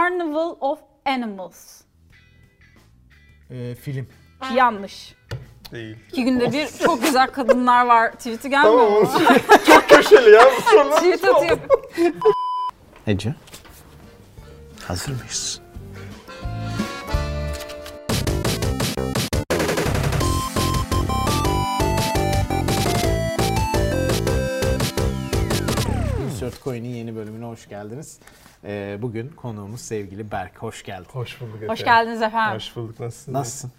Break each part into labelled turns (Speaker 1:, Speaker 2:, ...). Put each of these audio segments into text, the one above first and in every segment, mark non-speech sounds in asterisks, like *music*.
Speaker 1: Carnival of Animals.
Speaker 2: e,
Speaker 3: Ee, film.
Speaker 1: Yanlış.
Speaker 4: Değil.
Speaker 1: İki günde bir çok güzel kadınlar var tweet'i gelmiyor
Speaker 4: Tamam
Speaker 1: mu?
Speaker 4: onu Çok köşeli ya bu soru.
Speaker 1: Tweet atıyor.
Speaker 2: Ece. Hazır mıyız? Insert Coin'in yeni bölümüne hoş geldiniz. Ee, bugün konuğumuz sevgili Berk. Hoş geldin.
Speaker 4: Hoş bulduk efendim.
Speaker 1: Hoş geldiniz efendim.
Speaker 4: Hoş bulduk.
Speaker 2: *laughs*
Speaker 4: Nasılsın?
Speaker 2: Nasılsın?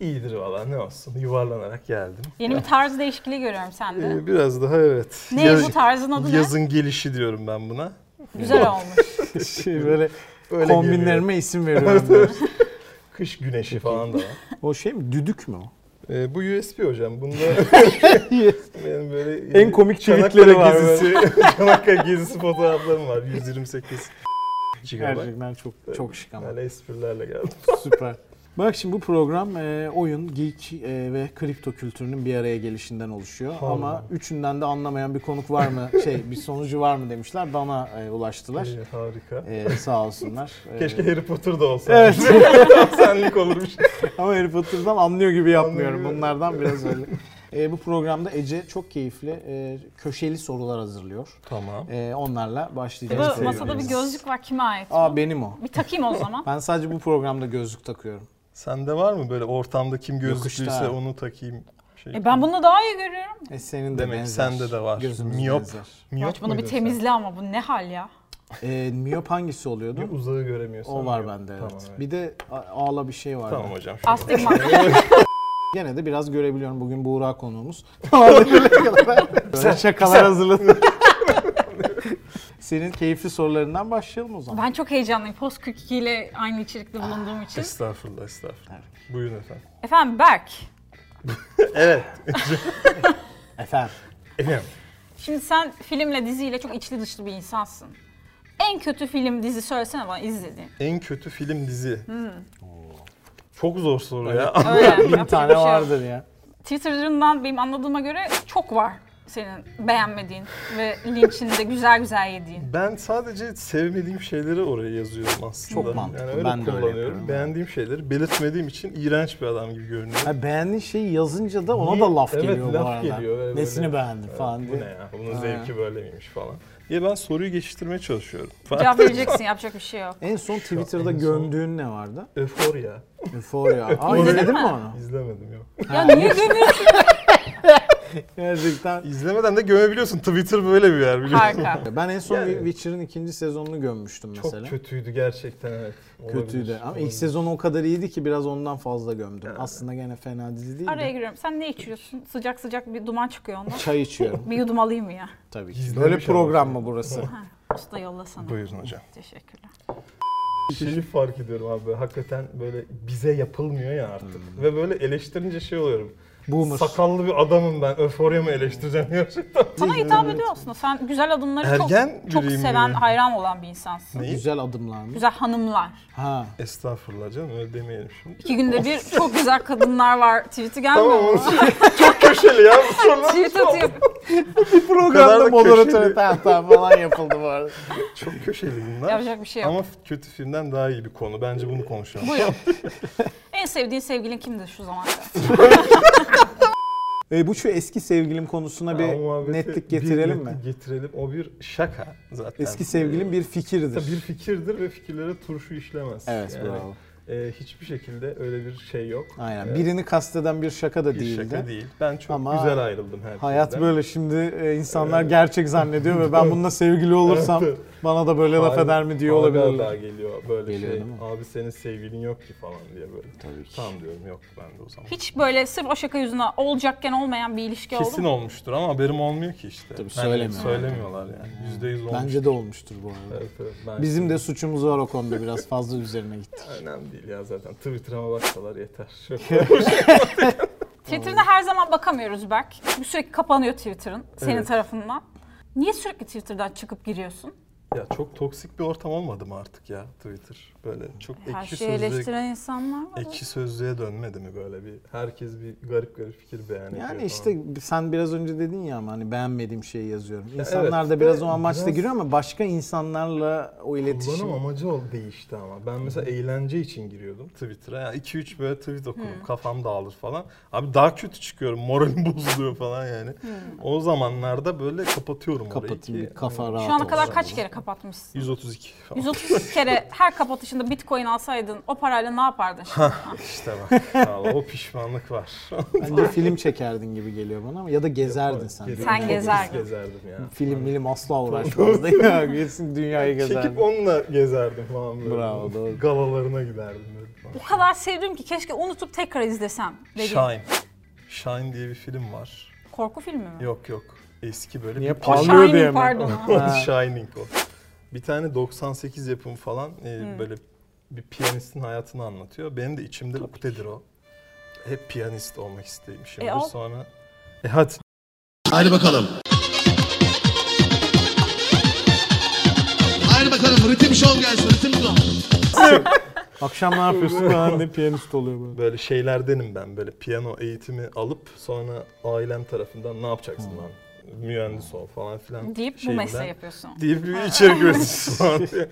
Speaker 4: İyidir valla ne olsun. Yuvarlanarak geldim.
Speaker 1: Yeni bir tarz değişikliği görüyorum sende.
Speaker 4: Ee, biraz daha evet.
Speaker 1: Ne
Speaker 4: Yaz-
Speaker 1: bu tarzın adı ne?
Speaker 4: Yazın gelişi diyorum ben buna.
Speaker 1: Güzel olmuş.
Speaker 2: Şey böyle
Speaker 4: Öyle
Speaker 2: kombinlerime
Speaker 4: geliyor.
Speaker 2: isim *laughs* veriyorum. böyle.
Speaker 4: Kış güneşi falan da
Speaker 2: *laughs*
Speaker 4: var.
Speaker 2: o şey mi? Düdük mü o?
Speaker 4: Ee, bu USB
Speaker 2: *laughs*
Speaker 4: hocam. Bunda benim böyle
Speaker 2: En komik
Speaker 4: Çanakkale
Speaker 2: tweetleri var böyle.
Speaker 4: gezisi, *laughs* Çanakkale gezisi fotoğraflarım var. 128 GB.
Speaker 2: Gerçekten çok çok şık ama.
Speaker 4: Böyle esprilerle geldim.
Speaker 2: Süper. Bak şimdi bu program e, oyun, geek e, ve kripto kültürünün bir araya gelişinden oluşuyor.
Speaker 4: Vallahi.
Speaker 2: Ama üçünden de anlamayan bir konuk var mı,
Speaker 4: *laughs*
Speaker 2: şey bir sonucu var mı demişler. Bana e, ulaştılar.
Speaker 4: Ee, harika.
Speaker 2: E, sağ olsunlar. E,
Speaker 4: *laughs* Keşke Harry Potter da olsa.
Speaker 2: Evet.
Speaker 4: *laughs* Senlik olurmuş.
Speaker 2: Ama Harry Potter'dan anlıyor gibi yapmıyorum.
Speaker 4: Anlıyor.
Speaker 2: Bunlardan
Speaker 4: *laughs*
Speaker 2: biraz öyle. E, bu programda Ece çok keyifli e, köşeli sorular hazırlıyor.
Speaker 4: Tamam.
Speaker 2: E, onlarla başlayacağız.
Speaker 1: Bu masada bir gözlük var kime ait?
Speaker 2: Aa benim o.
Speaker 1: Bir takayım o
Speaker 4: *laughs*
Speaker 1: zaman.
Speaker 2: Ben sadece bu programda gözlük takıyorum.
Speaker 4: Sende var mı böyle ortamda kim gözlüklüyse
Speaker 2: Yokuşta.
Speaker 4: onu takayım? Şey.
Speaker 1: E ben bunu daha iyi görüyorum.
Speaker 2: E, senin de
Speaker 4: Demek
Speaker 2: benzer.
Speaker 4: sende de var.
Speaker 2: Gözümüz
Speaker 4: Miyop.
Speaker 2: benzer.
Speaker 4: Miyop
Speaker 1: Aç bunu bir
Speaker 4: muydun sen?
Speaker 1: temizle ama bu ne hal ya?
Speaker 2: E, miyop hangisi oluyordu?
Speaker 4: Bir uzağı göremiyorsun.
Speaker 2: O var bende evet.
Speaker 4: Tamam, evet.
Speaker 2: Bir de a- ağla bir şey var.
Speaker 4: Tamam hocam. şöyle. *laughs*
Speaker 1: Astigmat.
Speaker 2: Gene de biraz görebiliyorum. Bugün Buğra konuğumuz. *laughs* Böyle şakalar hazırladım. Senin keyifli sorularından başlayalım o zaman.
Speaker 1: ben çok heyecanlıyım. Post 42 ile aynı içerikte bulunduğum
Speaker 4: Ah.
Speaker 1: için.
Speaker 4: *laughs* Estağfurullah estağfurullah. Buyurun efendim.
Speaker 1: Efendim Berk.
Speaker 4: Evet.
Speaker 2: Efendim.
Speaker 4: Efendim.
Speaker 1: Şimdi sen filmle diziyle çok içli dışlı bir insansın. En kötü film dizi söylesene bana izlediğin.
Speaker 4: En kötü film dizi.
Speaker 2: Hmm.
Speaker 4: Çok zor soru
Speaker 2: Evet.
Speaker 4: ya. *laughs*
Speaker 1: Öyle.
Speaker 2: *laughs*
Speaker 1: yapacak
Speaker 2: Bin
Speaker 1: bir
Speaker 2: tane
Speaker 1: şey yok.
Speaker 2: vardır ya.
Speaker 1: Twitter'ından benim anladığıma göre çok var senin beğenmediğin ve linçini de güzel güzel yediğin.
Speaker 4: Ben sadece sevmediğim şeyleri oraya yazıyorum aslında.
Speaker 2: Çok mantıklı.
Speaker 4: Yani öyle
Speaker 2: Ben de öyle
Speaker 4: kullanıyorum.
Speaker 2: yapıyorum.
Speaker 4: Beğendiğim şeyleri belirtmediğim için iğrenç bir adam gibi görünüyorum.
Speaker 2: Ha, beğendiğin şeyi yazınca da ona
Speaker 4: Niye?
Speaker 2: da laf
Speaker 4: Evet,
Speaker 2: geliyor bu
Speaker 4: laf
Speaker 2: arada.
Speaker 4: geliyor, evet,
Speaker 2: Nesini
Speaker 4: öyle.
Speaker 2: beğendin
Speaker 4: Evet,
Speaker 2: falan
Speaker 4: Bu ne
Speaker 2: diye.
Speaker 4: ya? Bunun
Speaker 2: Ha.
Speaker 4: zevki böyle miymiş falan. Ya ben soruyu geçiştirmeye çalışıyorum.
Speaker 1: Cevap vereceksin yapacak bir şey yok.
Speaker 2: En son Twitter'da
Speaker 4: en son-
Speaker 2: gömdüğün ne vardı?
Speaker 4: Euphoria.
Speaker 1: *laughs*
Speaker 2: Euphoria. Aa izledin mi onu?
Speaker 4: İzlemedim yok.
Speaker 1: Ya niye gömüyorsun?
Speaker 2: *laughs* Gerçekten.
Speaker 4: İzlemeden de gömebiliyorsun. Twitter böyle bir yer biliyorsun.
Speaker 1: Harika.
Speaker 2: Ben en son
Speaker 4: Yani-
Speaker 2: Witcher'ın ikinci sezonunu gömmüştüm
Speaker 4: Çok
Speaker 2: mesela.
Speaker 4: kötüydü gerçekten evet. Olabilir,
Speaker 2: Kötüydü ama
Speaker 4: olabilir.
Speaker 2: ilk sezonu o kadar iyiydi ki biraz ondan fazla gömdüm.
Speaker 4: Evet.
Speaker 2: Aslında gene fena dizi değil
Speaker 1: Araya
Speaker 2: de.
Speaker 1: giriyorum. Sen ne içiyorsun? Sıcak sıcak bir duman çıkıyor ondan.
Speaker 2: Çay
Speaker 1: *laughs*
Speaker 2: içiyorum
Speaker 1: Bir yudum alayım mı ya?
Speaker 2: tabii ki.
Speaker 4: İzlemiş
Speaker 2: Böyle program
Speaker 4: ama. şey.
Speaker 2: mı
Speaker 4: *laughs*
Speaker 2: burası?
Speaker 1: Ha, usta yolla sana.
Speaker 4: Buyurun hocam.
Speaker 1: Teşekkürler.
Speaker 4: Şeyi şey fark ediyorum abi böyle hakikaten böyle bize yapılmıyor ya artık.
Speaker 2: Hmm.
Speaker 4: Ve böyle eleştirince şey oluyorum.
Speaker 2: Boomer.
Speaker 4: Sakallı bir adamım ben. Euphoria mı eleştireceğim *laughs* gerçekten?
Speaker 1: Sana hitap ediyor aslında. Sen güzel adımları
Speaker 4: Ergen
Speaker 1: çok, çok
Speaker 4: biriyim
Speaker 1: seven,
Speaker 4: yani.
Speaker 1: hayran olan bir insansın.
Speaker 4: Ne?
Speaker 2: Güzel adımlar mı?
Speaker 1: Güzel hanımlar.
Speaker 2: Ha.
Speaker 4: Estağfurullah canım öyle demeyelim şimdi.
Speaker 1: İki günde bir çok güzel kadınlar var tweet'i gelmiyor
Speaker 4: Tamam
Speaker 1: mu?
Speaker 4: onu Çok köşeli ya bu soru.
Speaker 1: *laughs* Tweet atıyor.
Speaker 2: Programda
Speaker 4: da
Speaker 2: moderatör
Speaker 4: köşeli.
Speaker 2: tahta falan yapıldı bu
Speaker 4: *laughs*
Speaker 2: arada.
Speaker 4: Çok köşeli bunlar.
Speaker 1: Yapacak bir şey yok.
Speaker 4: Ama kötü filmden daha iyi bir konu. Bence bunu konuşalım.
Speaker 1: Buyurun. en sevdiğin sevgilin kimdi şu zamanda?
Speaker 2: E, bu şu eski sevgilim konusuna
Speaker 4: Ya o
Speaker 2: bir
Speaker 4: muhabbeti
Speaker 2: netlik
Speaker 4: bir
Speaker 2: getirelim
Speaker 4: netlik
Speaker 2: mi?
Speaker 4: Getirelim. O bir şaka zaten.
Speaker 2: Eski sevgilim bir
Speaker 4: Ee, bir
Speaker 2: fikirdir.
Speaker 4: fikirdir ve fikirlere turşu işlemez.
Speaker 2: Evet
Speaker 4: Yani,
Speaker 2: bravo.
Speaker 4: e, hiçbir şekilde öyle bir şey yok.
Speaker 2: Aynen.
Speaker 4: Evet.
Speaker 2: Birini kasteden bir şaka da
Speaker 4: Bir
Speaker 2: değildi.
Speaker 4: şaka değil. Ben çok
Speaker 2: Ama
Speaker 4: güzel ayrıldım herkesten.
Speaker 2: Hayat böyle şimdi e, insanlar gerçek zannediyor ve
Speaker 4: *laughs*
Speaker 2: ben bununla sevgili olursam
Speaker 4: Evet.
Speaker 2: bana da böyle laf
Speaker 4: Hala-
Speaker 2: eder mi diyor
Speaker 4: hala
Speaker 2: olabilirler.
Speaker 4: daha geliyor böyle
Speaker 2: Geliyor,
Speaker 4: şey.
Speaker 2: değil mi?
Speaker 4: Abi senin sevgilin yok ki falan diye böyle. Tabii ki. Tamam diyorum yok ben de o zaman.
Speaker 1: Hiç böyle sırf o şaka yüzüne olacakken olmayan bir ilişki oldu
Speaker 4: Kesin
Speaker 1: mu?
Speaker 4: olmuştur ama haberim olmuyor ki işte.
Speaker 2: Tabii,
Speaker 4: Hani
Speaker 2: söylemiyor.
Speaker 4: söylemiyorlar yani. Yüzde yüz olmuş.
Speaker 2: Bence de olmuştur bu arada.
Speaker 4: Evet, evet, ben-
Speaker 2: Bizim de suçumuz var o konuda biraz fazla üzerine gitti.
Speaker 4: Önemli değil ya zaten. Twitter'ıma baksalar yeter.
Speaker 1: Twitter'ına her zaman bakamıyoruz Berk. Çünkü sürekli kapanıyor Twitter'ın senin
Speaker 4: Evet.
Speaker 1: tarafından. Niye sürekli Twitter'dan çıkıp giriyorsun?
Speaker 4: Ya çok toksik bir ortam olmadı mı artık ya Twitter? Böyle çok
Speaker 1: Her
Speaker 4: ekşi
Speaker 1: şeyi
Speaker 4: sözlüğe,
Speaker 1: eleştiren insanlar var.
Speaker 4: ekşi sözlüğe dönmedi mi böyle bir? Herkes bir garip garip fikir beyan ediyor
Speaker 2: Yani
Speaker 4: falan.
Speaker 2: işte sen biraz önce dedin ya ama hani beğenmediğim şeyi yazıyorum.
Speaker 4: evet,
Speaker 2: İnsanlar da biraz
Speaker 4: ve
Speaker 2: o amaçla
Speaker 4: biraz-
Speaker 2: giriyor ama başka insanlarla o iletişim.
Speaker 4: Kullanım amacı ol değişti ama. Ben mesela eğlence için giriyordum Twitter'a. Yani 2-3 böyle tweet okurum. Kafam dağılır falan. Abi daha kötü çıkıyorum. Moralim *laughs* bozuluyor falan yani. O zamanlarda böyle kapatıyorum
Speaker 2: Kapatayım
Speaker 4: orayı
Speaker 2: bir
Speaker 4: ki.
Speaker 2: kafa rahat
Speaker 1: Şu ana kadar
Speaker 2: olsun.
Speaker 1: kaç kere
Speaker 4: *laughs*
Speaker 1: kapatmışsın?
Speaker 4: 132 falan.
Speaker 1: 130 kere her kapatışında bitcoin alsaydın o parayla ne yapardın şimdi?
Speaker 4: İşte bak. *laughs* vallahi o pişmanlık var.
Speaker 2: Bence film çekerdin gibi geliyor bana ama ya da gezerdin sen.
Speaker 4: Geri-
Speaker 1: Sen
Speaker 4: Çok
Speaker 1: gezerdin.
Speaker 4: gezerdim ya.
Speaker 2: Film milim asla uğraşmazdı *laughs* ya. Gitsin dünyayı gezerdin.
Speaker 4: Çekip onunla gezerdim falan böyle.
Speaker 2: Bravo, doğru.
Speaker 4: Galalarına giderdim böyle falan.
Speaker 1: o kadar sevdim ki keşke unutup tekrar izlesem dediğin.
Speaker 4: Shine. Shine diye bir film var.
Speaker 1: Korku filmi mi?
Speaker 4: Yok yok. Eski böyle
Speaker 2: Niye
Speaker 4: bir
Speaker 2: parlıyor
Speaker 4: *laughs*
Speaker 1: Shining,
Speaker 2: diye mi?
Speaker 1: pardon.
Speaker 2: Ha.
Speaker 4: Shining o. Bir tane 98 yapım falan e, böyle bir piyanistin hayatını anlatıyor. Benim de içimde ukdedir o. Hep piyanist olmak isteymişimdir.
Speaker 1: E, al.
Speaker 4: Sonra e hadi
Speaker 5: Haydi bakalım. Haydi bakalım ritim şov gelsin ritim şov.
Speaker 2: Akşam ne *laughs* yapıyorsun? Ben de piyanist oluyor böyle.
Speaker 4: böyle şeylerdenim ben. Böyle piyano eğitimi alıp sonra ailem tarafından ne yapacaksın lan? Mühendis ol falan filan.
Speaker 1: Deyip bu
Speaker 4: şeyinden-
Speaker 1: mesleği yapıyorsun.
Speaker 4: diye bir içerik üreticisi falan diye.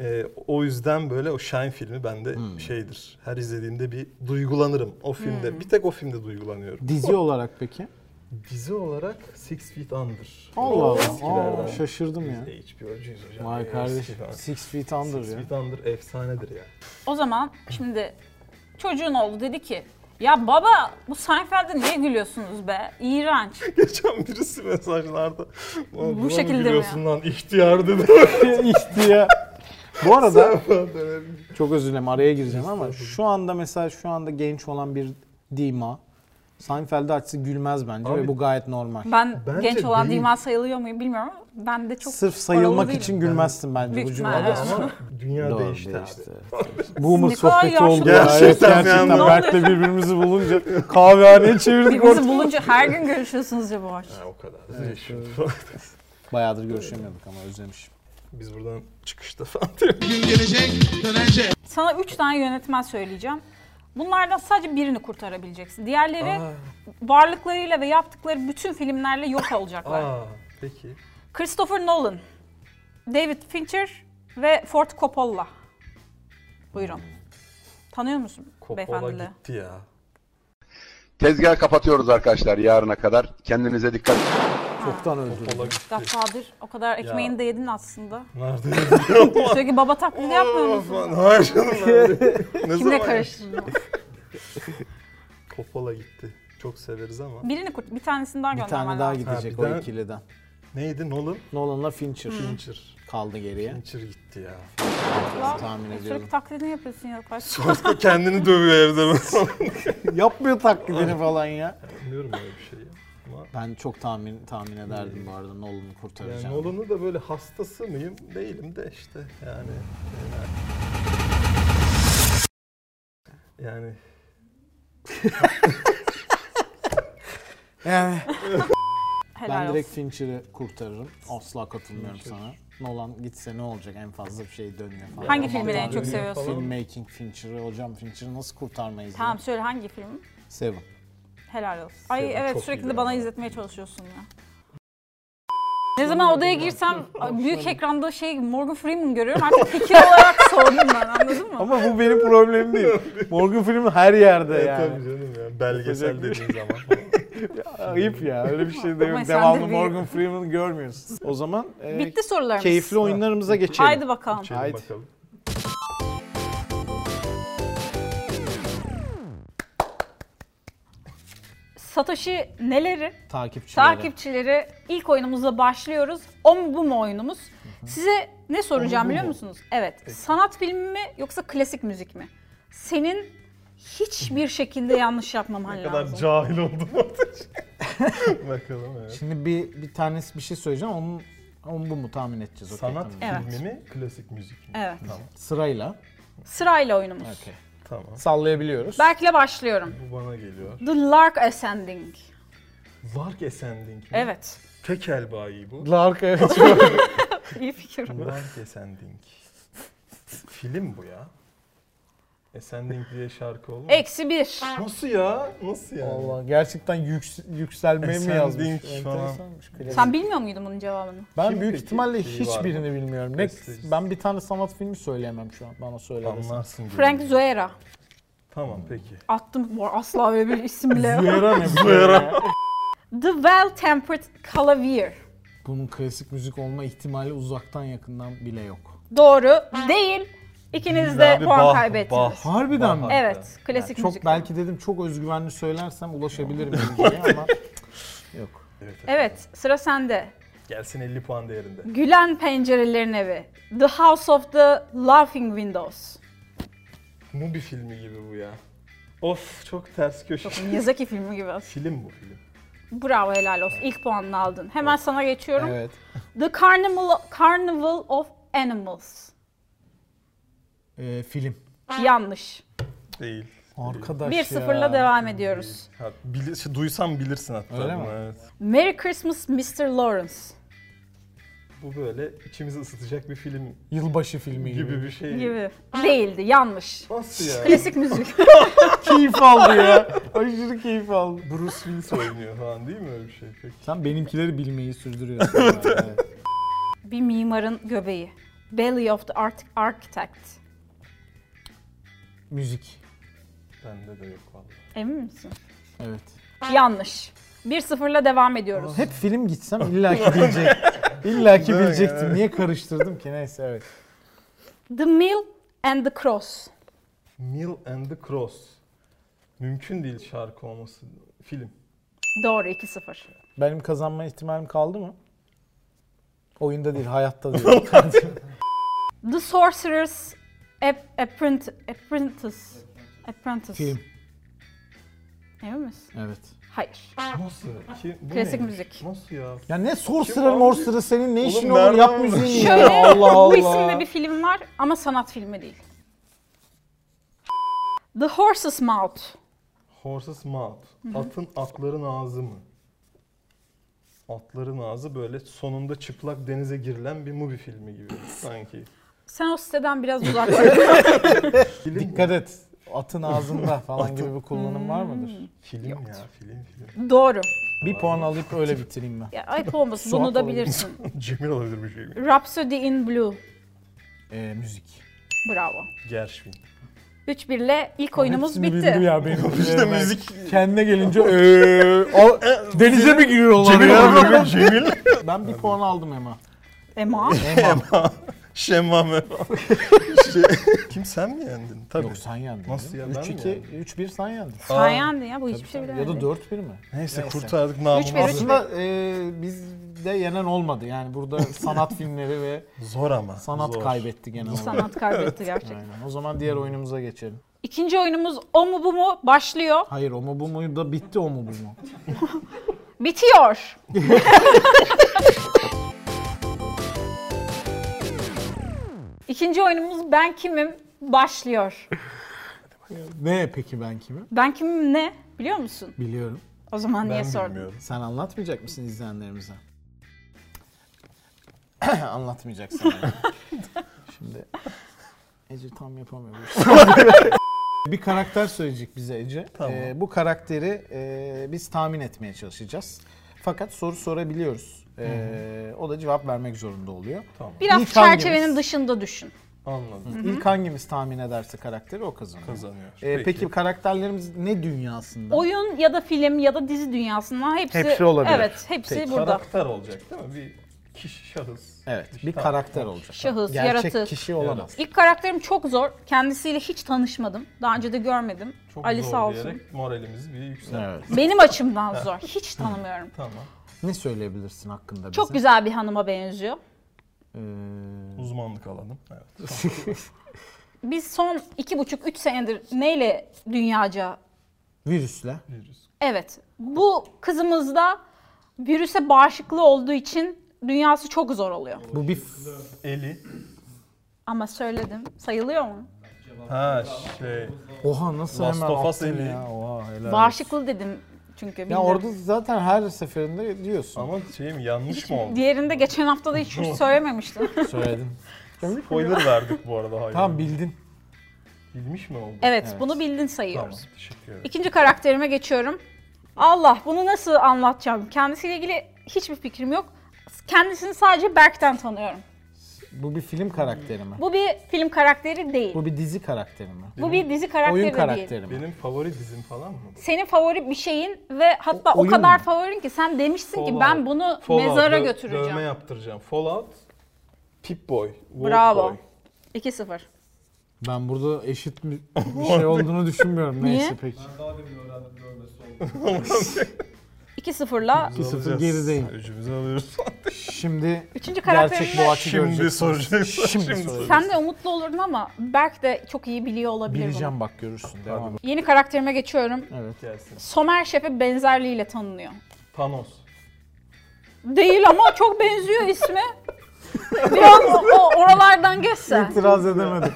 Speaker 4: Ee, o yüzden böyle o Shine filmi bende şeydir. Her izlediğimde bir duygulanırım. O filmde bir tek o filmde duygulanıyorum.
Speaker 2: Dizi olarak peki?
Speaker 4: Dizi olarak Six Feet Under.
Speaker 2: Allah Allah.
Speaker 4: Eskilerden.
Speaker 2: Aa, şaşırdım ya.
Speaker 4: Biz de HBO'cuyuz hocam.
Speaker 2: Vay
Speaker 4: Ee,
Speaker 2: kardeşim.
Speaker 4: Six Feet
Speaker 2: Six Feet Under
Speaker 4: Under.
Speaker 2: ya.
Speaker 4: Six Feet Under efsanedir ya. *laughs*
Speaker 1: O zaman şimdi çocuğun oldu dedi ki ya baba bu Seinfeld'e niye gülüyorsunuz be? İğrenç.
Speaker 4: Geçen birisi mesajlarda "Ulan buna mı
Speaker 1: şekilde mi
Speaker 4: gülüyorsun
Speaker 1: ya?"
Speaker 4: lan ihtiyar dedi.
Speaker 2: *laughs* İhtiyar. Bu arada
Speaker 4: Falan dönerim.
Speaker 2: çok özür dilerim araya gireceğim ama şu anda mesela şu anda genç olan bir Dima Seinfeld'i açsa gülmez bence
Speaker 4: Abi-
Speaker 2: ve bu gayet normal.
Speaker 1: Ben
Speaker 4: Bence
Speaker 1: genç olan
Speaker 4: değil.
Speaker 1: Dima sayılıyor muyum bilmiyorum ama ben de çok
Speaker 2: Sırf
Speaker 1: oralı
Speaker 2: sayılmak
Speaker 1: değilim.
Speaker 2: için gülmezsin bence
Speaker 1: Büyük
Speaker 2: bu
Speaker 1: ihtimalle.
Speaker 2: cümleden
Speaker 1: Evet.
Speaker 2: sonra.
Speaker 4: Ama dünya
Speaker 2: Doğru,
Speaker 4: değişti, abi.
Speaker 2: Boomer
Speaker 1: Ne kadar
Speaker 2: sohbeti
Speaker 1: yaşlı
Speaker 2: oldu
Speaker 1: bu.
Speaker 2: ya. Evet,
Speaker 4: Gerçekten bir
Speaker 2: gerçekten
Speaker 4: anda-
Speaker 2: Berk'le birbirimizi bulunca kahvehaneye çevirdik
Speaker 1: Birbirinizi
Speaker 2: ortalığı.
Speaker 1: bulunca her gün görüşüyorsunuz ya bu akşam.
Speaker 4: Ha, o kadar. Şimdi-
Speaker 2: Bayağıdır görüşemiyorduk ama özlemişim.
Speaker 4: Biz buradan çıkışta falan diyor.
Speaker 5: Bir gün gelecek dönecek.
Speaker 1: Sana üç tane yönetmen söyleyeceğim. Bunlardan sadece birini kurtarabileceksin. Diğerleri varlıklarıyla ve yaptıkları bütün filmlerle yok olacaklar.
Speaker 4: Aa, peki.
Speaker 1: Christopher Nolan, David Fincher ve Ford Coppola. Buyurun. Tanıyor musun
Speaker 4: Coppola
Speaker 1: beyefendileri?
Speaker 4: gitti ya.
Speaker 6: Tezgah kapatıyoruz arkadaşlar yarına kadar. Kendinize dikkat
Speaker 2: Çoktan öldürdüm.
Speaker 4: Coppola gitti.
Speaker 1: Godfather o kadar ekmeğini de yedin
Speaker 4: *laughs*
Speaker 1: aslında.
Speaker 4: Nerede?
Speaker 1: Çünkü baba taklidi yapmıyor musun?
Speaker 4: Aman, Hayır canım nerede? ne
Speaker 1: Kimle
Speaker 4: ya?
Speaker 1: karıştırdın?
Speaker 4: Coppola gitti. Çok severiz ama.
Speaker 1: Birini kurt, bir tanesini daha
Speaker 2: Bir
Speaker 1: göndermen
Speaker 2: tane daha
Speaker 1: lazım.
Speaker 2: gidecek
Speaker 4: Ha, bir
Speaker 2: o
Speaker 4: daha-
Speaker 2: ikiliden.
Speaker 4: Neydi Nolan?
Speaker 2: Nolan'la Fincher.
Speaker 4: Fincher.
Speaker 2: kaldı geriye.
Speaker 4: Fincher gitti ya.
Speaker 1: Ya,
Speaker 2: tahmin ediyorum.
Speaker 1: Sürekli taklidini yapıyorsun ya. Kaç-
Speaker 4: Sonra kendini dövüyor evde ben.
Speaker 2: Yapmıyor taklidini falan ya.
Speaker 4: Bilmiyorum öyle bir şey ya. Ama
Speaker 2: Ben çok tahmin tahmin ederdim bu arada Nolan'ı
Speaker 4: yani
Speaker 2: kurtaracağım.
Speaker 4: Nolan'ı da böyle hastası mıyım? Değilim de işte yani. Yani
Speaker 2: Yani
Speaker 1: Helal
Speaker 2: ben
Speaker 1: olsun.
Speaker 2: direkt Fincher'ı kurtarırım. Asla katılmıyorum sana. Nolan gitse ne olacak en fazla bir şey dönüyor falan.
Speaker 1: Hangi
Speaker 2: Aman
Speaker 1: filmini en
Speaker 2: tanrım.
Speaker 1: çok seviyorsun?
Speaker 2: Filmmaking Fincher'ı hocam Fincher'ı nasıl kurtarmayız?
Speaker 1: Tamam
Speaker 2: Tamam.
Speaker 1: söyle hangi film?
Speaker 2: Seven.
Speaker 1: Helal olsun. Ay
Speaker 4: Seviyorum,
Speaker 1: evet
Speaker 4: çok
Speaker 1: sürekli
Speaker 4: iyi
Speaker 1: de bana
Speaker 4: ya.
Speaker 1: izletmeye çalışıyorsun ya. Ne zaman odaya
Speaker 4: *laughs*
Speaker 1: girsem büyük ekranda şey Morgan Freeman görüyorum artık fikir olarak *laughs* sordum ben anladın mı?
Speaker 2: Ama bu benim problemim
Speaker 4: *laughs*
Speaker 2: değil. Morgan filmi her yerde
Speaker 4: E,
Speaker 2: yani.
Speaker 4: tabii canım ya. Belgesel
Speaker 2: Yapacak bir şey-
Speaker 4: dediğin zaman. falan.
Speaker 2: Ayıp ya öyle bir şey
Speaker 1: Ama
Speaker 2: de yok.
Speaker 1: sen de
Speaker 2: Devamlı
Speaker 1: bir-
Speaker 2: Morgan Freeman'ı görmüyorsun. O zaman e,
Speaker 1: Bitti sorularımız.
Speaker 2: keyifli oyunlarımıza geçelim.
Speaker 1: Haydi bakalım.
Speaker 4: İçelim
Speaker 2: Haydi.
Speaker 4: bakalım.
Speaker 1: Satoshi neleri?
Speaker 2: Takipçilere.
Speaker 1: Takipçileri ilk oyunumuzla başlıyoruz. O mu bu mu oyunumuz? Size ne soracağım biliyor musunuz? Evet. Sanat filmi mi yoksa klasik müzik mi? Senin hiçbir şekilde yanlış yapmaman
Speaker 4: Ne
Speaker 1: lazım.
Speaker 4: kadar cahil oldum artık. *laughs* Bakalım evet.
Speaker 2: Şimdi bir bir tanesi bir şey söyleyeceğim. Onun, onun bu mu tahmin edeceğiz. okey,
Speaker 4: Sanat
Speaker 2: tamam.
Speaker 1: Evet.
Speaker 4: filmi mi, klasik müzik mi?
Speaker 1: Evet.
Speaker 4: Tamam.
Speaker 2: Sırayla.
Speaker 1: Sırayla oyunumuz.
Speaker 2: Okey.
Speaker 4: Tamam.
Speaker 2: Sallayabiliyoruz.
Speaker 1: Berk'le başlıyorum.
Speaker 4: Bu bana geliyor.
Speaker 1: The Lark Ascending.
Speaker 4: Lark Ascending mi?
Speaker 1: Evet. *laughs*
Speaker 4: Tekel bayi bu. *laughs*
Speaker 2: Lark evet.
Speaker 1: İyi fikir.
Speaker 4: Mark Esending. Film bu ya. Esending diye şarkı olmaz.
Speaker 1: Eksi bir.
Speaker 4: Nasıl ya? Nasıl yani?
Speaker 2: Allah gerçekten yüks, yükselmeye mi
Speaker 4: Ascending
Speaker 2: yazmış?
Speaker 4: falan.
Speaker 2: Enteresanmış, klasik.
Speaker 1: Sen bilmiyor muydun bunun cevabını?
Speaker 2: ben
Speaker 4: Kim
Speaker 2: büyük
Speaker 4: peki?
Speaker 2: ihtimalle
Speaker 4: Şeyi var mı?
Speaker 2: hiçbirini bilmiyorum. Ne,
Speaker 4: Prestijist.
Speaker 2: ben bir tane sanat filmi söyleyemem şu an bana söylersen.
Speaker 4: Anlarsın. gibi.
Speaker 1: Frank Zuera.
Speaker 4: Tamam peki.
Speaker 1: Attım. Bu Asla öyle bir isim bile yok.
Speaker 2: Zuera ne bu?
Speaker 1: The Well-Tempered Clavier.
Speaker 2: Bunun klasik müzik olma ihtimali uzaktan yakından bile yok.
Speaker 1: Doğru değil. İkiniz de
Speaker 4: Abi,
Speaker 1: puan
Speaker 4: bah,
Speaker 1: kaybettiniz.
Speaker 4: bah,
Speaker 2: Harbiden
Speaker 4: bah.
Speaker 2: mi?
Speaker 1: Evet, klasik
Speaker 2: çok
Speaker 1: müzik.
Speaker 2: belki dedim çok özgüvenli söylersem ulaşabilirim bilgiye
Speaker 4: *laughs*
Speaker 2: ama yok.
Speaker 1: Evet, sıra sende.
Speaker 4: Gelsin 50 puan değerinde.
Speaker 1: Gülen Pencerelerin Evi. The House of the Laughing Windows.
Speaker 4: Mubi filmi gibi bu ya. Of çok ters köşe.
Speaker 1: Miyazaki filmi gibi. aslında.
Speaker 4: film bu film.
Speaker 1: Bravo helal olsun. İlk puanını aldın. Hemen sana geçiyorum.
Speaker 2: Evet.
Speaker 1: The Carnival, Carnival of Animals.
Speaker 3: Ee, film.
Speaker 1: Yanlış.
Speaker 4: Değil.
Speaker 2: Arkadaş
Speaker 1: 1-0'la
Speaker 2: ya.
Speaker 1: devam ediyoruz.
Speaker 4: Ha, bili- duysan bilirsin hatta.
Speaker 2: Öyle
Speaker 4: bunu,
Speaker 2: mi?
Speaker 4: Evet.
Speaker 1: Merry Christmas Mr. Lawrence.
Speaker 4: Bu böyle içimizi ısıtacak bir film
Speaker 2: Yılbaşı filmi gibi.
Speaker 4: gibi bir şey.
Speaker 1: Gibi. Değildi, yanlış.
Speaker 4: Nasıl ya?
Speaker 1: Klasik müzik.
Speaker 2: keyif aldı ya. Aşırı keyif aldı.
Speaker 4: Bruce Willis oynuyor falan değil mi öyle bir şey? Peki.
Speaker 2: Sen benimkileri bilmeyi
Speaker 4: *laughs*
Speaker 2: sürdürüyorsun. evet. evet.
Speaker 1: Bir mimarın göbeği. Belly of the Art- Architect.
Speaker 2: Müzik.
Speaker 4: Bende de yok vallahi.
Speaker 1: Emin misin?
Speaker 2: Evet.
Speaker 1: Yanlış. 1-0'la devam ediyoruz.
Speaker 2: Hep film gitsem
Speaker 4: *laughs*
Speaker 2: illaki bilecek. illaki
Speaker 4: Değil mi?
Speaker 2: bilecektim. Niye karıştırdım ki? Neyse evet. Oh.
Speaker 1: The Mill and the Cross.
Speaker 4: Mill and the Cross. Mümkün değil şarkı olması. Film.
Speaker 1: Doğru 2-0.
Speaker 2: Benim kazanma ihtimalim kaldı mı? Oyunda değil, hayatta
Speaker 4: *laughs*
Speaker 2: diyor.
Speaker 1: The Sorcerer's Ap- Apprent- Apprentice. Apprentice.
Speaker 2: film.
Speaker 1: Emin misin?
Speaker 2: Evet. *laughs*
Speaker 1: Hayır.
Speaker 4: Nasıl? Ki, bu
Speaker 1: Klasik
Speaker 4: neymiş?
Speaker 1: müzik.
Speaker 4: Nasıl ya?
Speaker 2: Ya ne sor
Speaker 4: Kim
Speaker 2: sıra
Speaker 4: abi?
Speaker 2: mor sıra senin ne
Speaker 4: Oğlum
Speaker 2: işin olur yap
Speaker 4: nereden
Speaker 2: müziğini.
Speaker 1: Şöyle
Speaker 2: ya. Allah
Speaker 1: bu
Speaker 2: Allah.
Speaker 1: isimde bir film var ama sanat filmi değil. The Horse's Mouth.
Speaker 4: Horse's Mouth. Atın atların ağzı mı? Atların ağzı böyle sonunda çıplak denize girilen bir movie filmi gibi sanki.
Speaker 1: Sen o siteden biraz
Speaker 2: *laughs*
Speaker 1: uzaklaş.
Speaker 4: Film mi?
Speaker 2: Dikkat et. Atın ağzında falan gibi bir kullanım var
Speaker 4: *laughs*
Speaker 2: mıdır?
Speaker 4: Film ya film film. *laughs*
Speaker 1: Doğru.
Speaker 2: Bir puan alıp öyle bitireyim ben.
Speaker 1: Ya, ayıp olmasın
Speaker 2: Suat
Speaker 1: bunu da
Speaker 2: olabilir.
Speaker 1: bilirsin.
Speaker 4: Cemil olabilir bir şey. mi?
Speaker 1: Rhapsody in Blue.
Speaker 2: Ee, müzik.
Speaker 1: Bravo.
Speaker 4: Gershwin.
Speaker 1: 3-1'le ilk oyunumuz
Speaker 2: Hepsini
Speaker 1: bitti.
Speaker 2: bildi ya benim.
Speaker 4: İşte müzik. E,
Speaker 2: Kendine
Speaker 4: *laughs*
Speaker 2: gelince ee, o- denize mi giriyorlar
Speaker 4: Cemil
Speaker 2: ya? şey.
Speaker 4: olabilir Cemil.
Speaker 2: Ben bir puan aldım Ema.
Speaker 1: Ema.
Speaker 4: Şemma Meva. *laughs* Şey, Kim sen mi yendin? Tabii.
Speaker 2: Yok sen yendin.
Speaker 4: Nasıl ya, ben mi
Speaker 2: 3-2, 3-1 sen yendin.
Speaker 1: Sen yendin ya bu hiçbir şey bilemedi.
Speaker 2: Ya da 4-1 mi?
Speaker 4: Neyse,
Speaker 2: Neyse.
Speaker 4: kurtardık namımızı.
Speaker 1: Üç bir, üç
Speaker 2: Aslında e, bizde yenen olmadı. Yani
Speaker 4: *laughs*
Speaker 2: burada sanat filmleri ve
Speaker 4: Zor ama.
Speaker 2: sanat
Speaker 4: zor.
Speaker 2: kaybetti genel olarak.
Speaker 1: Sanat kaybetti gerçekten.
Speaker 2: Aynen. O zaman diğer oyunumuza geçelim.
Speaker 1: İkinci oyunumuz o mu bu mu başlıyor.
Speaker 2: Hayır o mu bu mu da bitti o mu bu mu? *laughs*
Speaker 1: Bitiyor. İkinci oyunumuz ben kimim başlıyor.
Speaker 2: Ne peki ben kimim?
Speaker 1: Ben kimim ne biliyor musun?
Speaker 2: Biliyorum.
Speaker 1: O zaman niye
Speaker 4: Ben
Speaker 1: sordun?
Speaker 4: bilmiyorum.
Speaker 2: Sen anlatmayacak mısın izleyenlerimize? *clears throat* Anlatmayacaksın. yani. Şimdi Ece tam yapamıyor. bu işi. *laughs* bir karakter söyleyecek bize Ece.
Speaker 4: Tamam.
Speaker 2: Ee, bu karakteri e, biz tahmin etmeye çalışacağız. Fakat soru sorabiliyoruz. Ee, o da cevap vermek zorunda oluyor.
Speaker 4: Tamam.
Speaker 1: Biraz
Speaker 2: İlk hangimiz?
Speaker 1: çerçevenin dışında düşün.
Speaker 4: Anladım.
Speaker 2: İlk hangimiz tahmin ederse karakteri o kazanıyor.
Speaker 4: Kazanıyor.
Speaker 2: Ee, peki. karakterlerimiz ne dünyasında?
Speaker 1: Oyun ya da film ya da dizi dünyasından hepsi,
Speaker 2: Hepsi olabilir.
Speaker 1: Evet, hepsi
Speaker 2: Peki.
Speaker 1: Şey burada.
Speaker 4: Karakter olacak değil mi? Bir kişi, şahıs.
Speaker 2: Evet, bir karakter olacak.
Speaker 1: Şahıs,
Speaker 2: Gerçek
Speaker 1: yaratık.
Speaker 2: kişi olamaz.
Speaker 1: İlk karakterim çok zor. Kendisiyle hiç tanışmadım. Daha önce de görmedim.
Speaker 4: Çok
Speaker 1: Ali
Speaker 4: zor
Speaker 1: sağ olsun.
Speaker 4: diyerek moralimizi bir yükselttik.
Speaker 2: Evet.
Speaker 1: Benim açımdan zor. Hiç tanımıyorum.
Speaker 4: Tamam.
Speaker 2: Ne söyleyebilirsin hakkında bize?
Speaker 1: Çok güzel bir hanıma benziyor.
Speaker 2: Ee,
Speaker 4: Uzmanlık alalım. Evet.
Speaker 1: Biz son iki buçuk, üç senedir neyle dünyaca...
Speaker 2: virüsle.
Speaker 4: Virüs.
Speaker 1: Evet, bu kızımızda virüse bağışıklı olduğu için dünyası çok zor oluyor.
Speaker 2: Bu bir
Speaker 4: Eli.
Speaker 1: Ama söyledim, sayılıyor mu?
Speaker 4: Ha şey.
Speaker 2: Oha nasıl
Speaker 4: Last
Speaker 2: hemen
Speaker 4: of Us
Speaker 2: attın
Speaker 4: eli.
Speaker 2: ya. Oha helal.
Speaker 1: Bağışıklı dedim. çünkü.
Speaker 2: Ya
Speaker 1: bilmiyorum.
Speaker 2: orada zaten her seferinde diyorsun.
Speaker 4: Ama şeyim yanlış mı oldu?
Speaker 1: Diğerinde geçen hafta da hiç
Speaker 4: *laughs*
Speaker 1: söylememiştim.
Speaker 2: Söyledin.
Speaker 4: Spoiler verdik bu arada hayır.
Speaker 2: tamam bildin.
Speaker 4: Bilmiş mi oldu?
Speaker 1: Evet, bunu bildin sayıyoruz.
Speaker 4: Tamam teşekkür ederim.
Speaker 1: İkinci karakterime geçiyorum. Allah bunu nasıl anlatacağım? Kendisiyle ilgili hiçbir fikrim yok. Kendisini sadece Berk'ten tanıyorum.
Speaker 2: Bu bir film karakteri mi?
Speaker 1: Bu bir film karakteri değil.
Speaker 2: Bu bir dizi karakteri mi?
Speaker 1: Bu bir dizi karakteri
Speaker 2: Oyun
Speaker 1: de değil.
Speaker 2: karakteri mi?
Speaker 4: Benim favori dizim falan mı? bu?
Speaker 1: Senin favori bir şeyin ve hatta
Speaker 2: O-
Speaker 1: o,
Speaker 2: oyun
Speaker 1: kadar
Speaker 2: mu?
Speaker 1: favorin ki sen demişsin ki
Speaker 4: Fallout-
Speaker 1: ben bunu
Speaker 4: Fallout,
Speaker 1: mezara
Speaker 4: dö-
Speaker 1: götüreceğim.
Speaker 4: Dövme yaptıracağım. Fallout, Pip-Boy,
Speaker 1: Bravo.
Speaker 4: Wolf-Boy.
Speaker 1: 2-0.
Speaker 2: Ben burada eşit
Speaker 4: *laughs*
Speaker 2: mi- bir şey olduğunu düşünmüyorum.
Speaker 1: Niye?
Speaker 2: Neyse peki.
Speaker 1: 2-0'la
Speaker 2: 2-0 gerideyim.
Speaker 4: Öcümüzü alıyoruz.
Speaker 2: Şimdi
Speaker 1: Üçüncü
Speaker 2: gerçek
Speaker 1: karakterime
Speaker 2: boğaçı
Speaker 4: *laughs* Şimdi
Speaker 2: göreceksiniz.
Speaker 4: soracağız.
Speaker 2: Şimdi soracağız.
Speaker 1: sen de umutlu olurdun ama Berk de çok iyi biliyor olabilir bunu.
Speaker 2: Bileceğim bak görürsün. Devam. et.
Speaker 1: Yeni karakterime geçiyorum.
Speaker 2: Evet.
Speaker 4: Gelsin.
Speaker 1: Somer Şef'e benzerliğiyle tanınıyor.
Speaker 4: Thanos.
Speaker 1: Değil ama çok benziyor ismi. Biraz o oralardan geçse.
Speaker 2: İtiraz edemedim.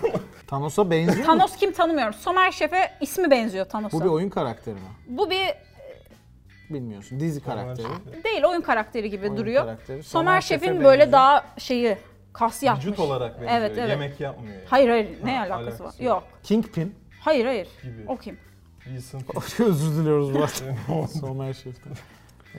Speaker 2: Thanos'a benziyor. mu?
Speaker 1: Thanos kim tanımıyorum. Somer Şef'e ismi benziyor Thanos'a.
Speaker 2: Bu bir oyun karakteri mi?
Speaker 1: Bu bir
Speaker 2: Bilmiyorsun. Dizi karakteri.
Speaker 1: değil oyun karakteri gibi
Speaker 2: Oyun
Speaker 1: duruyor.
Speaker 2: karakteri.
Speaker 1: Somer
Speaker 2: Somer
Speaker 1: Şef'in
Speaker 2: Şef'e
Speaker 1: böyle
Speaker 2: benziyor.
Speaker 1: daha şeyi kas yapmış.
Speaker 4: Vücut olarak benziyor.
Speaker 1: Evet, evet.
Speaker 4: Yemek yapmıyor. Yani.
Speaker 1: Hayır hayır ne
Speaker 4: Ha,
Speaker 1: alakası var?
Speaker 4: alakası
Speaker 1: Yok.
Speaker 4: yok.
Speaker 2: Kingpin.
Speaker 1: Hayır hayır.
Speaker 4: Gibi.
Speaker 1: O kim?
Speaker 4: Wilson
Speaker 2: *laughs* Özür diliyoruz bu *laughs* arada.
Speaker 4: Fitzgerald.
Speaker 2: Somer Şef'ten.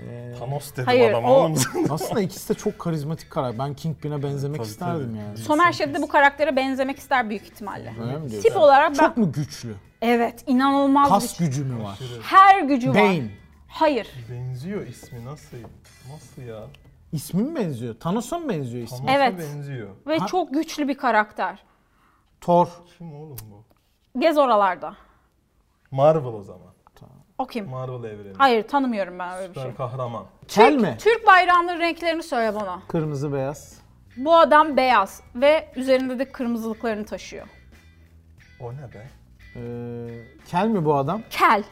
Speaker 2: Ee,
Speaker 4: Thanos dedim
Speaker 1: Hayır,
Speaker 4: adam
Speaker 1: o-
Speaker 4: oğlum.
Speaker 2: aslında ikisi de çok karizmatik karakter. Ben Kingpin'e benzemek
Speaker 4: Tabii,
Speaker 2: isterdim
Speaker 4: tabii.
Speaker 2: yani.
Speaker 1: Somer Şef de bu karaktere benzemek ister büyük ihtimalle.
Speaker 2: Öyle mi
Speaker 1: Tip
Speaker 2: diyorsun?
Speaker 1: olarak ben
Speaker 2: Çok mu güçlü?
Speaker 1: evet inanılmaz
Speaker 2: Kas
Speaker 1: bir
Speaker 2: gücü mü var?
Speaker 1: her gücü var.
Speaker 2: Bane.
Speaker 1: Hayır.
Speaker 4: *laughs* Benziyor ismi nasıl? Nasıl ya?
Speaker 2: İsmi mi benziyor? Thanos'a mı benziyor ismi?
Speaker 4: Thanos'a
Speaker 1: Evet.
Speaker 4: benziyor.
Speaker 1: Ve çok güçlü bir karakter.
Speaker 2: Thor.
Speaker 4: Kim oğlum bu?
Speaker 1: Gez oralarda.
Speaker 4: Marvel o zaman.
Speaker 1: O kim?
Speaker 4: Marvel evreni.
Speaker 1: Hayır tanımıyorum ben öyle bir şey.
Speaker 4: Süper kahraman.
Speaker 2: Kel mi?
Speaker 1: Türk bayrağının renklerini söyle bana.
Speaker 2: Kırmızı beyaz.
Speaker 1: Bu adam beyaz ve üzerinde de kırmızılıklarını taşıyor.
Speaker 4: O ne be?
Speaker 2: Ee, kel mi bu adam?
Speaker 1: Kel.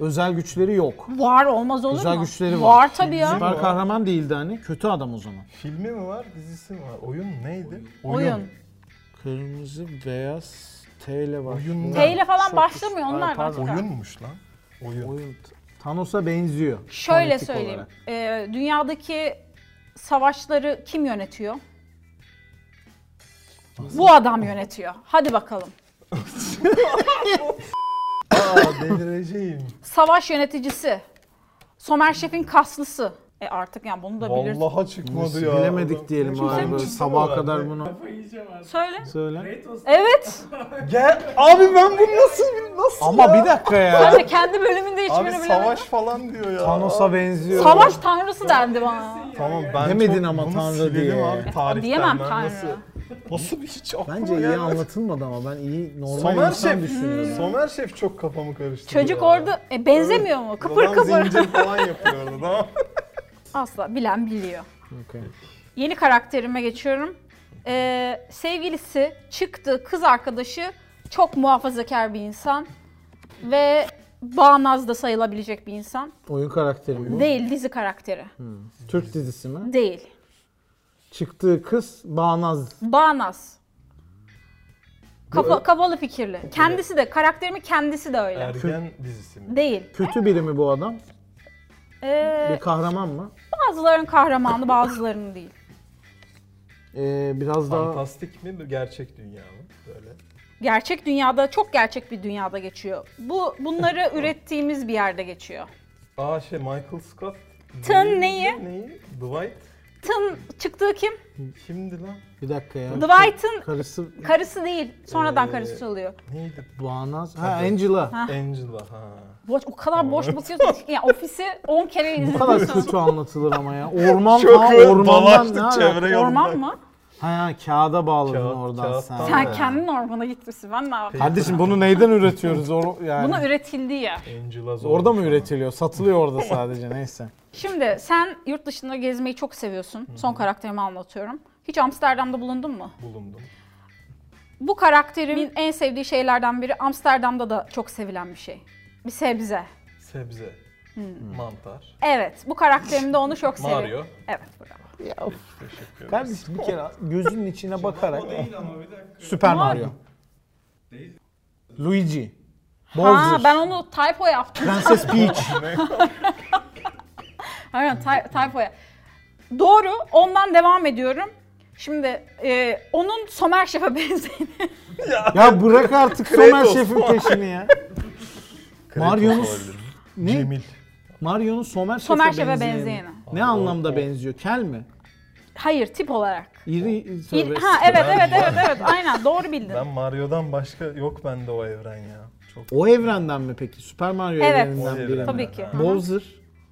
Speaker 2: Özel güçleri yok.
Speaker 1: Var olmaz olur
Speaker 2: Özel
Speaker 1: mu?
Speaker 2: güçleri var.
Speaker 1: Var tabii ya.
Speaker 2: Süper kahraman değildi hani. Kötü adam o zaman.
Speaker 4: Filmi mi var, dizisi mi var? Oyun neydi?
Speaker 1: Oyun.
Speaker 2: Kırmızı beyaz T ile var.
Speaker 4: Oyun
Speaker 1: T ile falan
Speaker 2: Çok-
Speaker 1: başlamıyor
Speaker 2: Ay,
Speaker 1: onlar
Speaker 2: pardon.
Speaker 1: başka.
Speaker 4: Oyunmuş lan. Oyun.
Speaker 2: Oyun. Thanos'a benziyor.
Speaker 1: Şöyle
Speaker 2: fonetik
Speaker 1: söyleyeyim.
Speaker 2: olarak.
Speaker 1: Ee, dünyadaki savaşları kim yönetiyor? Bu adam yönetiyor. Hadi bakalım.
Speaker 4: Aa delireceğim.
Speaker 1: Savaş yöneticisi. Somer Şef'in kaslısı. E artık yani bunu da bilirsin.
Speaker 4: Vallahi çıkmadı
Speaker 2: Nasıl
Speaker 4: ya.
Speaker 2: bilemedik
Speaker 4: Adam-
Speaker 2: diyelim
Speaker 4: Kimsenin
Speaker 2: abi.
Speaker 4: çıksa
Speaker 2: Sabaha
Speaker 4: var.
Speaker 2: kadar bunu
Speaker 1: Söyle.
Speaker 2: söyle.
Speaker 1: Evet.
Speaker 4: Gel abi ben bunu nasıl nasıl
Speaker 2: Ama bir dakika ya.
Speaker 1: Sen de kendi bölümünde hiçbirini
Speaker 4: Abi
Speaker 1: bilemedin.
Speaker 4: savaş falan diyor ya.
Speaker 2: Thanos'a benziyor.
Speaker 1: Savaş tanrısı dendi bana.
Speaker 4: Tamam ben
Speaker 2: Demedin
Speaker 4: çok-
Speaker 2: ama
Speaker 4: bunu
Speaker 2: Tanrı
Speaker 4: silelim
Speaker 2: diye.
Speaker 4: abi tarihten.
Speaker 1: Diyemem
Speaker 4: ben
Speaker 1: Tanrı.
Speaker 4: Nasıl, nasıl bir hiç aklıma
Speaker 2: Bence iyi
Speaker 4: gelmez.
Speaker 2: anlatılmadı ama ben iyi normal
Speaker 4: Somer
Speaker 2: insan
Speaker 4: Şef.
Speaker 2: düşünüyorum.
Speaker 4: Somer Şef çok kafamı karıştırdı.
Speaker 1: Çocuk
Speaker 4: ya.
Speaker 1: orada e, benzemiyor mu? Kıpır
Speaker 4: Adam
Speaker 1: kıpır.
Speaker 4: zincir falan yapıyor orada
Speaker 2: *laughs*
Speaker 4: tamam.
Speaker 1: *laughs* Asla bilen biliyor.
Speaker 2: Okey.
Speaker 1: Yeni karakterime geçiyorum. Ee, sevgilisi çıktı kız arkadaşı çok muhafazakar bir insan ve bağnaz da sayılabilecek bir insan.
Speaker 2: Oyun karakteri mi bu.
Speaker 1: Değil dizi karakteri.
Speaker 2: Türk dizisi mi?
Speaker 1: Değil.
Speaker 2: Çıktığı kız Bağnaz.
Speaker 1: Bağnaz. Kafa, kafalı fikirli. Kendisi de karakterimi kendisi de öyle.
Speaker 4: Ergen dizisi mi?
Speaker 1: Değil.
Speaker 2: Kötü biri mi bu adam?
Speaker 1: Ee,
Speaker 2: Bir kahraman mı?
Speaker 1: bazılarının
Speaker 4: *laughs*
Speaker 1: kahramanı bazılarının değil.
Speaker 2: Ee, biraz daha
Speaker 4: Fantastik mi? Gerçek dünya mı? Böyle.
Speaker 1: gerçek dünyada çok gerçek bir dünyada geçiyor. Bu
Speaker 2: *laughs*
Speaker 1: bunları ürettiğimiz bir yerde geçiyor.
Speaker 4: Aa şey Michael Scott.
Speaker 1: Tın
Speaker 4: neydi?
Speaker 1: neyi?
Speaker 4: Neyi? Dwight.
Speaker 1: Tın çıktığı kim?
Speaker 4: Kimdi lan?
Speaker 2: bir dakika ya.
Speaker 1: Dwight'ın
Speaker 2: Karısı
Speaker 1: karısı değil. Sonradan
Speaker 4: Ee,
Speaker 1: karısı oluyor.
Speaker 4: Neydi?
Speaker 2: Bağnaz. Ha Angela.
Speaker 4: Angela ha.
Speaker 1: Boş, o kadar boş bakıyorsun.
Speaker 2: *laughs*
Speaker 1: ki, yani ofisi 10 kere
Speaker 2: Bu kadar
Speaker 1: izliyorsun.
Speaker 2: kötü anlatılır ama ya. Orman
Speaker 4: *laughs* Çok
Speaker 2: ha,
Speaker 4: öyle
Speaker 2: ormandan
Speaker 4: dolaştık
Speaker 2: ne ara?
Speaker 4: çevre yolunda.
Speaker 1: Orman mı?
Speaker 2: Ha kağıda bağladın
Speaker 4: Kağıt-
Speaker 2: oradan
Speaker 4: kağıttan.
Speaker 2: sen.
Speaker 1: Sen
Speaker 4: Ha.
Speaker 1: kendin ormana gitmişsin. Ben ne yapayım?
Speaker 2: Kardeşim bunu neyden üretiyoruz or- yani?
Speaker 1: Buna üretildi ya.
Speaker 4: Angela zor.
Speaker 2: Orada mı üretiliyor? Satılıyor orada sadece neyse.
Speaker 1: Şimdi sen yurt dışında gezmeyi çok seviyorsun. Son karakterimi anlatıyorum. Hiç Amsterdam'da bulundun mu?
Speaker 4: Bulundum.
Speaker 1: Bu karakterimin en sevdiği şeylerden biri Amsterdam'da da çok sevilen bir şey. Bir sebze.
Speaker 4: Sebze.
Speaker 1: Hmm.
Speaker 4: Mantar.
Speaker 1: Evet, bu karakterim de onu çok seviyor.
Speaker 4: Mario.
Speaker 1: Evet, bravo.
Speaker 4: Teşekkür ederim.
Speaker 2: Kardeşim bir kere gözünün içine bakarak. Süper Mario. Luigi.
Speaker 1: Ha
Speaker 3: Bowser.
Speaker 1: ben onu typo
Speaker 2: *laughs*
Speaker 1: yaptım.
Speaker 3: Prenses Peach.
Speaker 1: Aynen ty- typoya. Doğru. Ondan devam ediyorum. Şimdi e, onun Somer Şef'e *laughs* benzediğini
Speaker 2: Ya bırak artık Somer
Speaker 4: Kratos.
Speaker 2: Şef'in peşini ya. Mario'nun ne?
Speaker 4: Cemil.
Speaker 2: Mario'nun Somer Şef'e
Speaker 1: Somer Şef'e
Speaker 2: benzeyeni.
Speaker 1: benzeyeni.
Speaker 2: Ne anlamda benziyor? Kel mi?
Speaker 1: Hayır tip olarak.
Speaker 2: İri,
Speaker 1: İr-
Speaker 2: tövbe
Speaker 1: ha evet evet evet evet aynen doğru bildin.
Speaker 4: Ben Mario'dan başka yok bende o evren ya. Çok
Speaker 2: O evrenden mi peki? Süper Mario
Speaker 1: Evet.
Speaker 2: evreninden
Speaker 4: O
Speaker 2: biri mi?
Speaker 4: evrenden.
Speaker 1: Tabii ki. Aha.
Speaker 2: Bowser,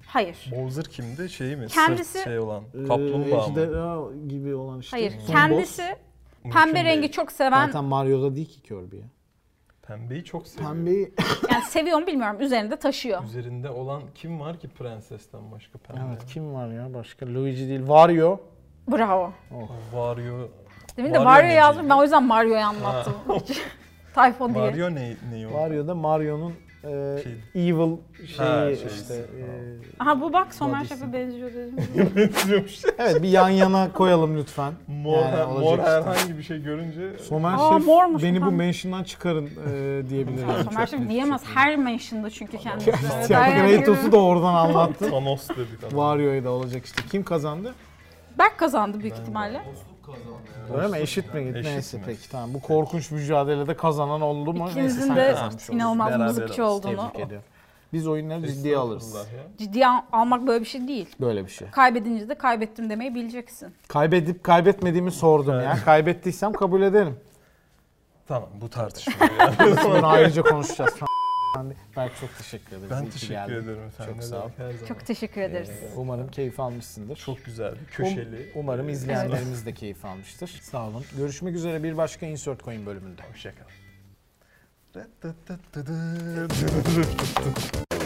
Speaker 1: Hayır.
Speaker 4: Bowser kimdi? Şey mi?
Speaker 1: Kendisi-
Speaker 4: Sırt şey olan.
Speaker 2: e,
Speaker 4: Kaplumbağa mı?
Speaker 2: ejderha gibi olan işte.
Speaker 1: Hayır.
Speaker 2: son boss.
Speaker 1: Kendisi
Speaker 4: Mümkün
Speaker 1: pembe
Speaker 4: değil.
Speaker 1: rengi çok seven,
Speaker 2: Zaten Mario'da değil ki Kirby ya.
Speaker 4: Pembeyi çok seviyorum.
Speaker 2: Pembeyi...
Speaker 1: yani seviyorum bilmiyorum üzerinde taşıyor.
Speaker 4: Üzerinde olan kim var ki prensesten başka pembe?
Speaker 2: evet kim var ya başka? Luigi değil. Wario.
Speaker 1: Bravo.
Speaker 4: Vario...
Speaker 1: Demin de
Speaker 4: Mario
Speaker 1: Mario
Speaker 4: neci?
Speaker 1: yazdım ben o yüzden Mario'yu anlattım. *laughs* Tayfo diye.
Speaker 4: Vario ne, ne o?
Speaker 2: Mario'da Mario'nun e,
Speaker 4: Şey-
Speaker 2: evil şeyi
Speaker 4: Ha, şey, şeysi,
Speaker 2: işte. e,
Speaker 1: Aha bu bak Somer
Speaker 2: Vadisi.
Speaker 1: Şef'e benziyor dedim.
Speaker 4: Benziyormuş.
Speaker 2: evet bir yan yana koyalım lütfen.
Speaker 4: Mor,
Speaker 2: Yani olacak
Speaker 4: mor
Speaker 2: işte.
Speaker 4: herhangi bir şey görünce
Speaker 2: Somer
Speaker 1: Aa,
Speaker 2: Şef
Speaker 1: mormuş
Speaker 2: beni bu
Speaker 1: efendim.
Speaker 2: mention'dan çıkarın e, diyebilirim.
Speaker 1: Somer Şef diyemez her mention'da çünkü kendisi. Evet,
Speaker 2: Ya
Speaker 1: aynen.
Speaker 2: Kratos'u da oradan anlattı.
Speaker 4: Thanos dedik. adam.
Speaker 2: Wario'yu da olacak işte. Kim kazandı?
Speaker 1: Berk kazandı büyük ihtimalle.
Speaker 2: Öyle mi? Eşit mi?
Speaker 4: Eşit
Speaker 2: Neyse
Speaker 4: mi?
Speaker 2: peki tamam. Bu korkunç mücadelede kazanan oldu mu? Neyse,
Speaker 1: İkinizin
Speaker 2: sen
Speaker 1: de
Speaker 2: kazanmış oldun.
Speaker 1: inanılmaz
Speaker 4: Beraber
Speaker 1: mızıkçı
Speaker 4: alırız,
Speaker 1: olduğunu.
Speaker 2: Tebrik ediyorum. Biz oyunları ciddiye alırız.
Speaker 4: Estağfurullah ya.
Speaker 1: Ciddiye al- almak böyle bir şey değil.
Speaker 2: Böyle bir şey.
Speaker 1: Kaybedince de kaybettim demeyi bileceksin.
Speaker 2: Kaybedip kaybetmediğimi sordum ya. Kaybettiysem kabul ederim.
Speaker 4: Tamam
Speaker 2: *laughs*
Speaker 4: bu tartışma. ya.
Speaker 2: Bunu ayrıca konuşacağız. Berk çok teşekkür ederim. İyi
Speaker 4: ben
Speaker 2: ki
Speaker 4: teşekkür
Speaker 2: geldin.
Speaker 4: ederim efendim.
Speaker 2: Çok sağ ol.
Speaker 4: Her zaman.
Speaker 1: Çok teşekkür ederiz.
Speaker 2: Umarım keyif almışsındır.
Speaker 4: Çok güzel bir
Speaker 2: Um-
Speaker 4: köşeli.
Speaker 2: Umarım izleyenlerimiz de keyif almıştır. Sağ olun. Görüşmek üzere bir başka Insert Coin bölümünde.
Speaker 4: Hoşçakalın.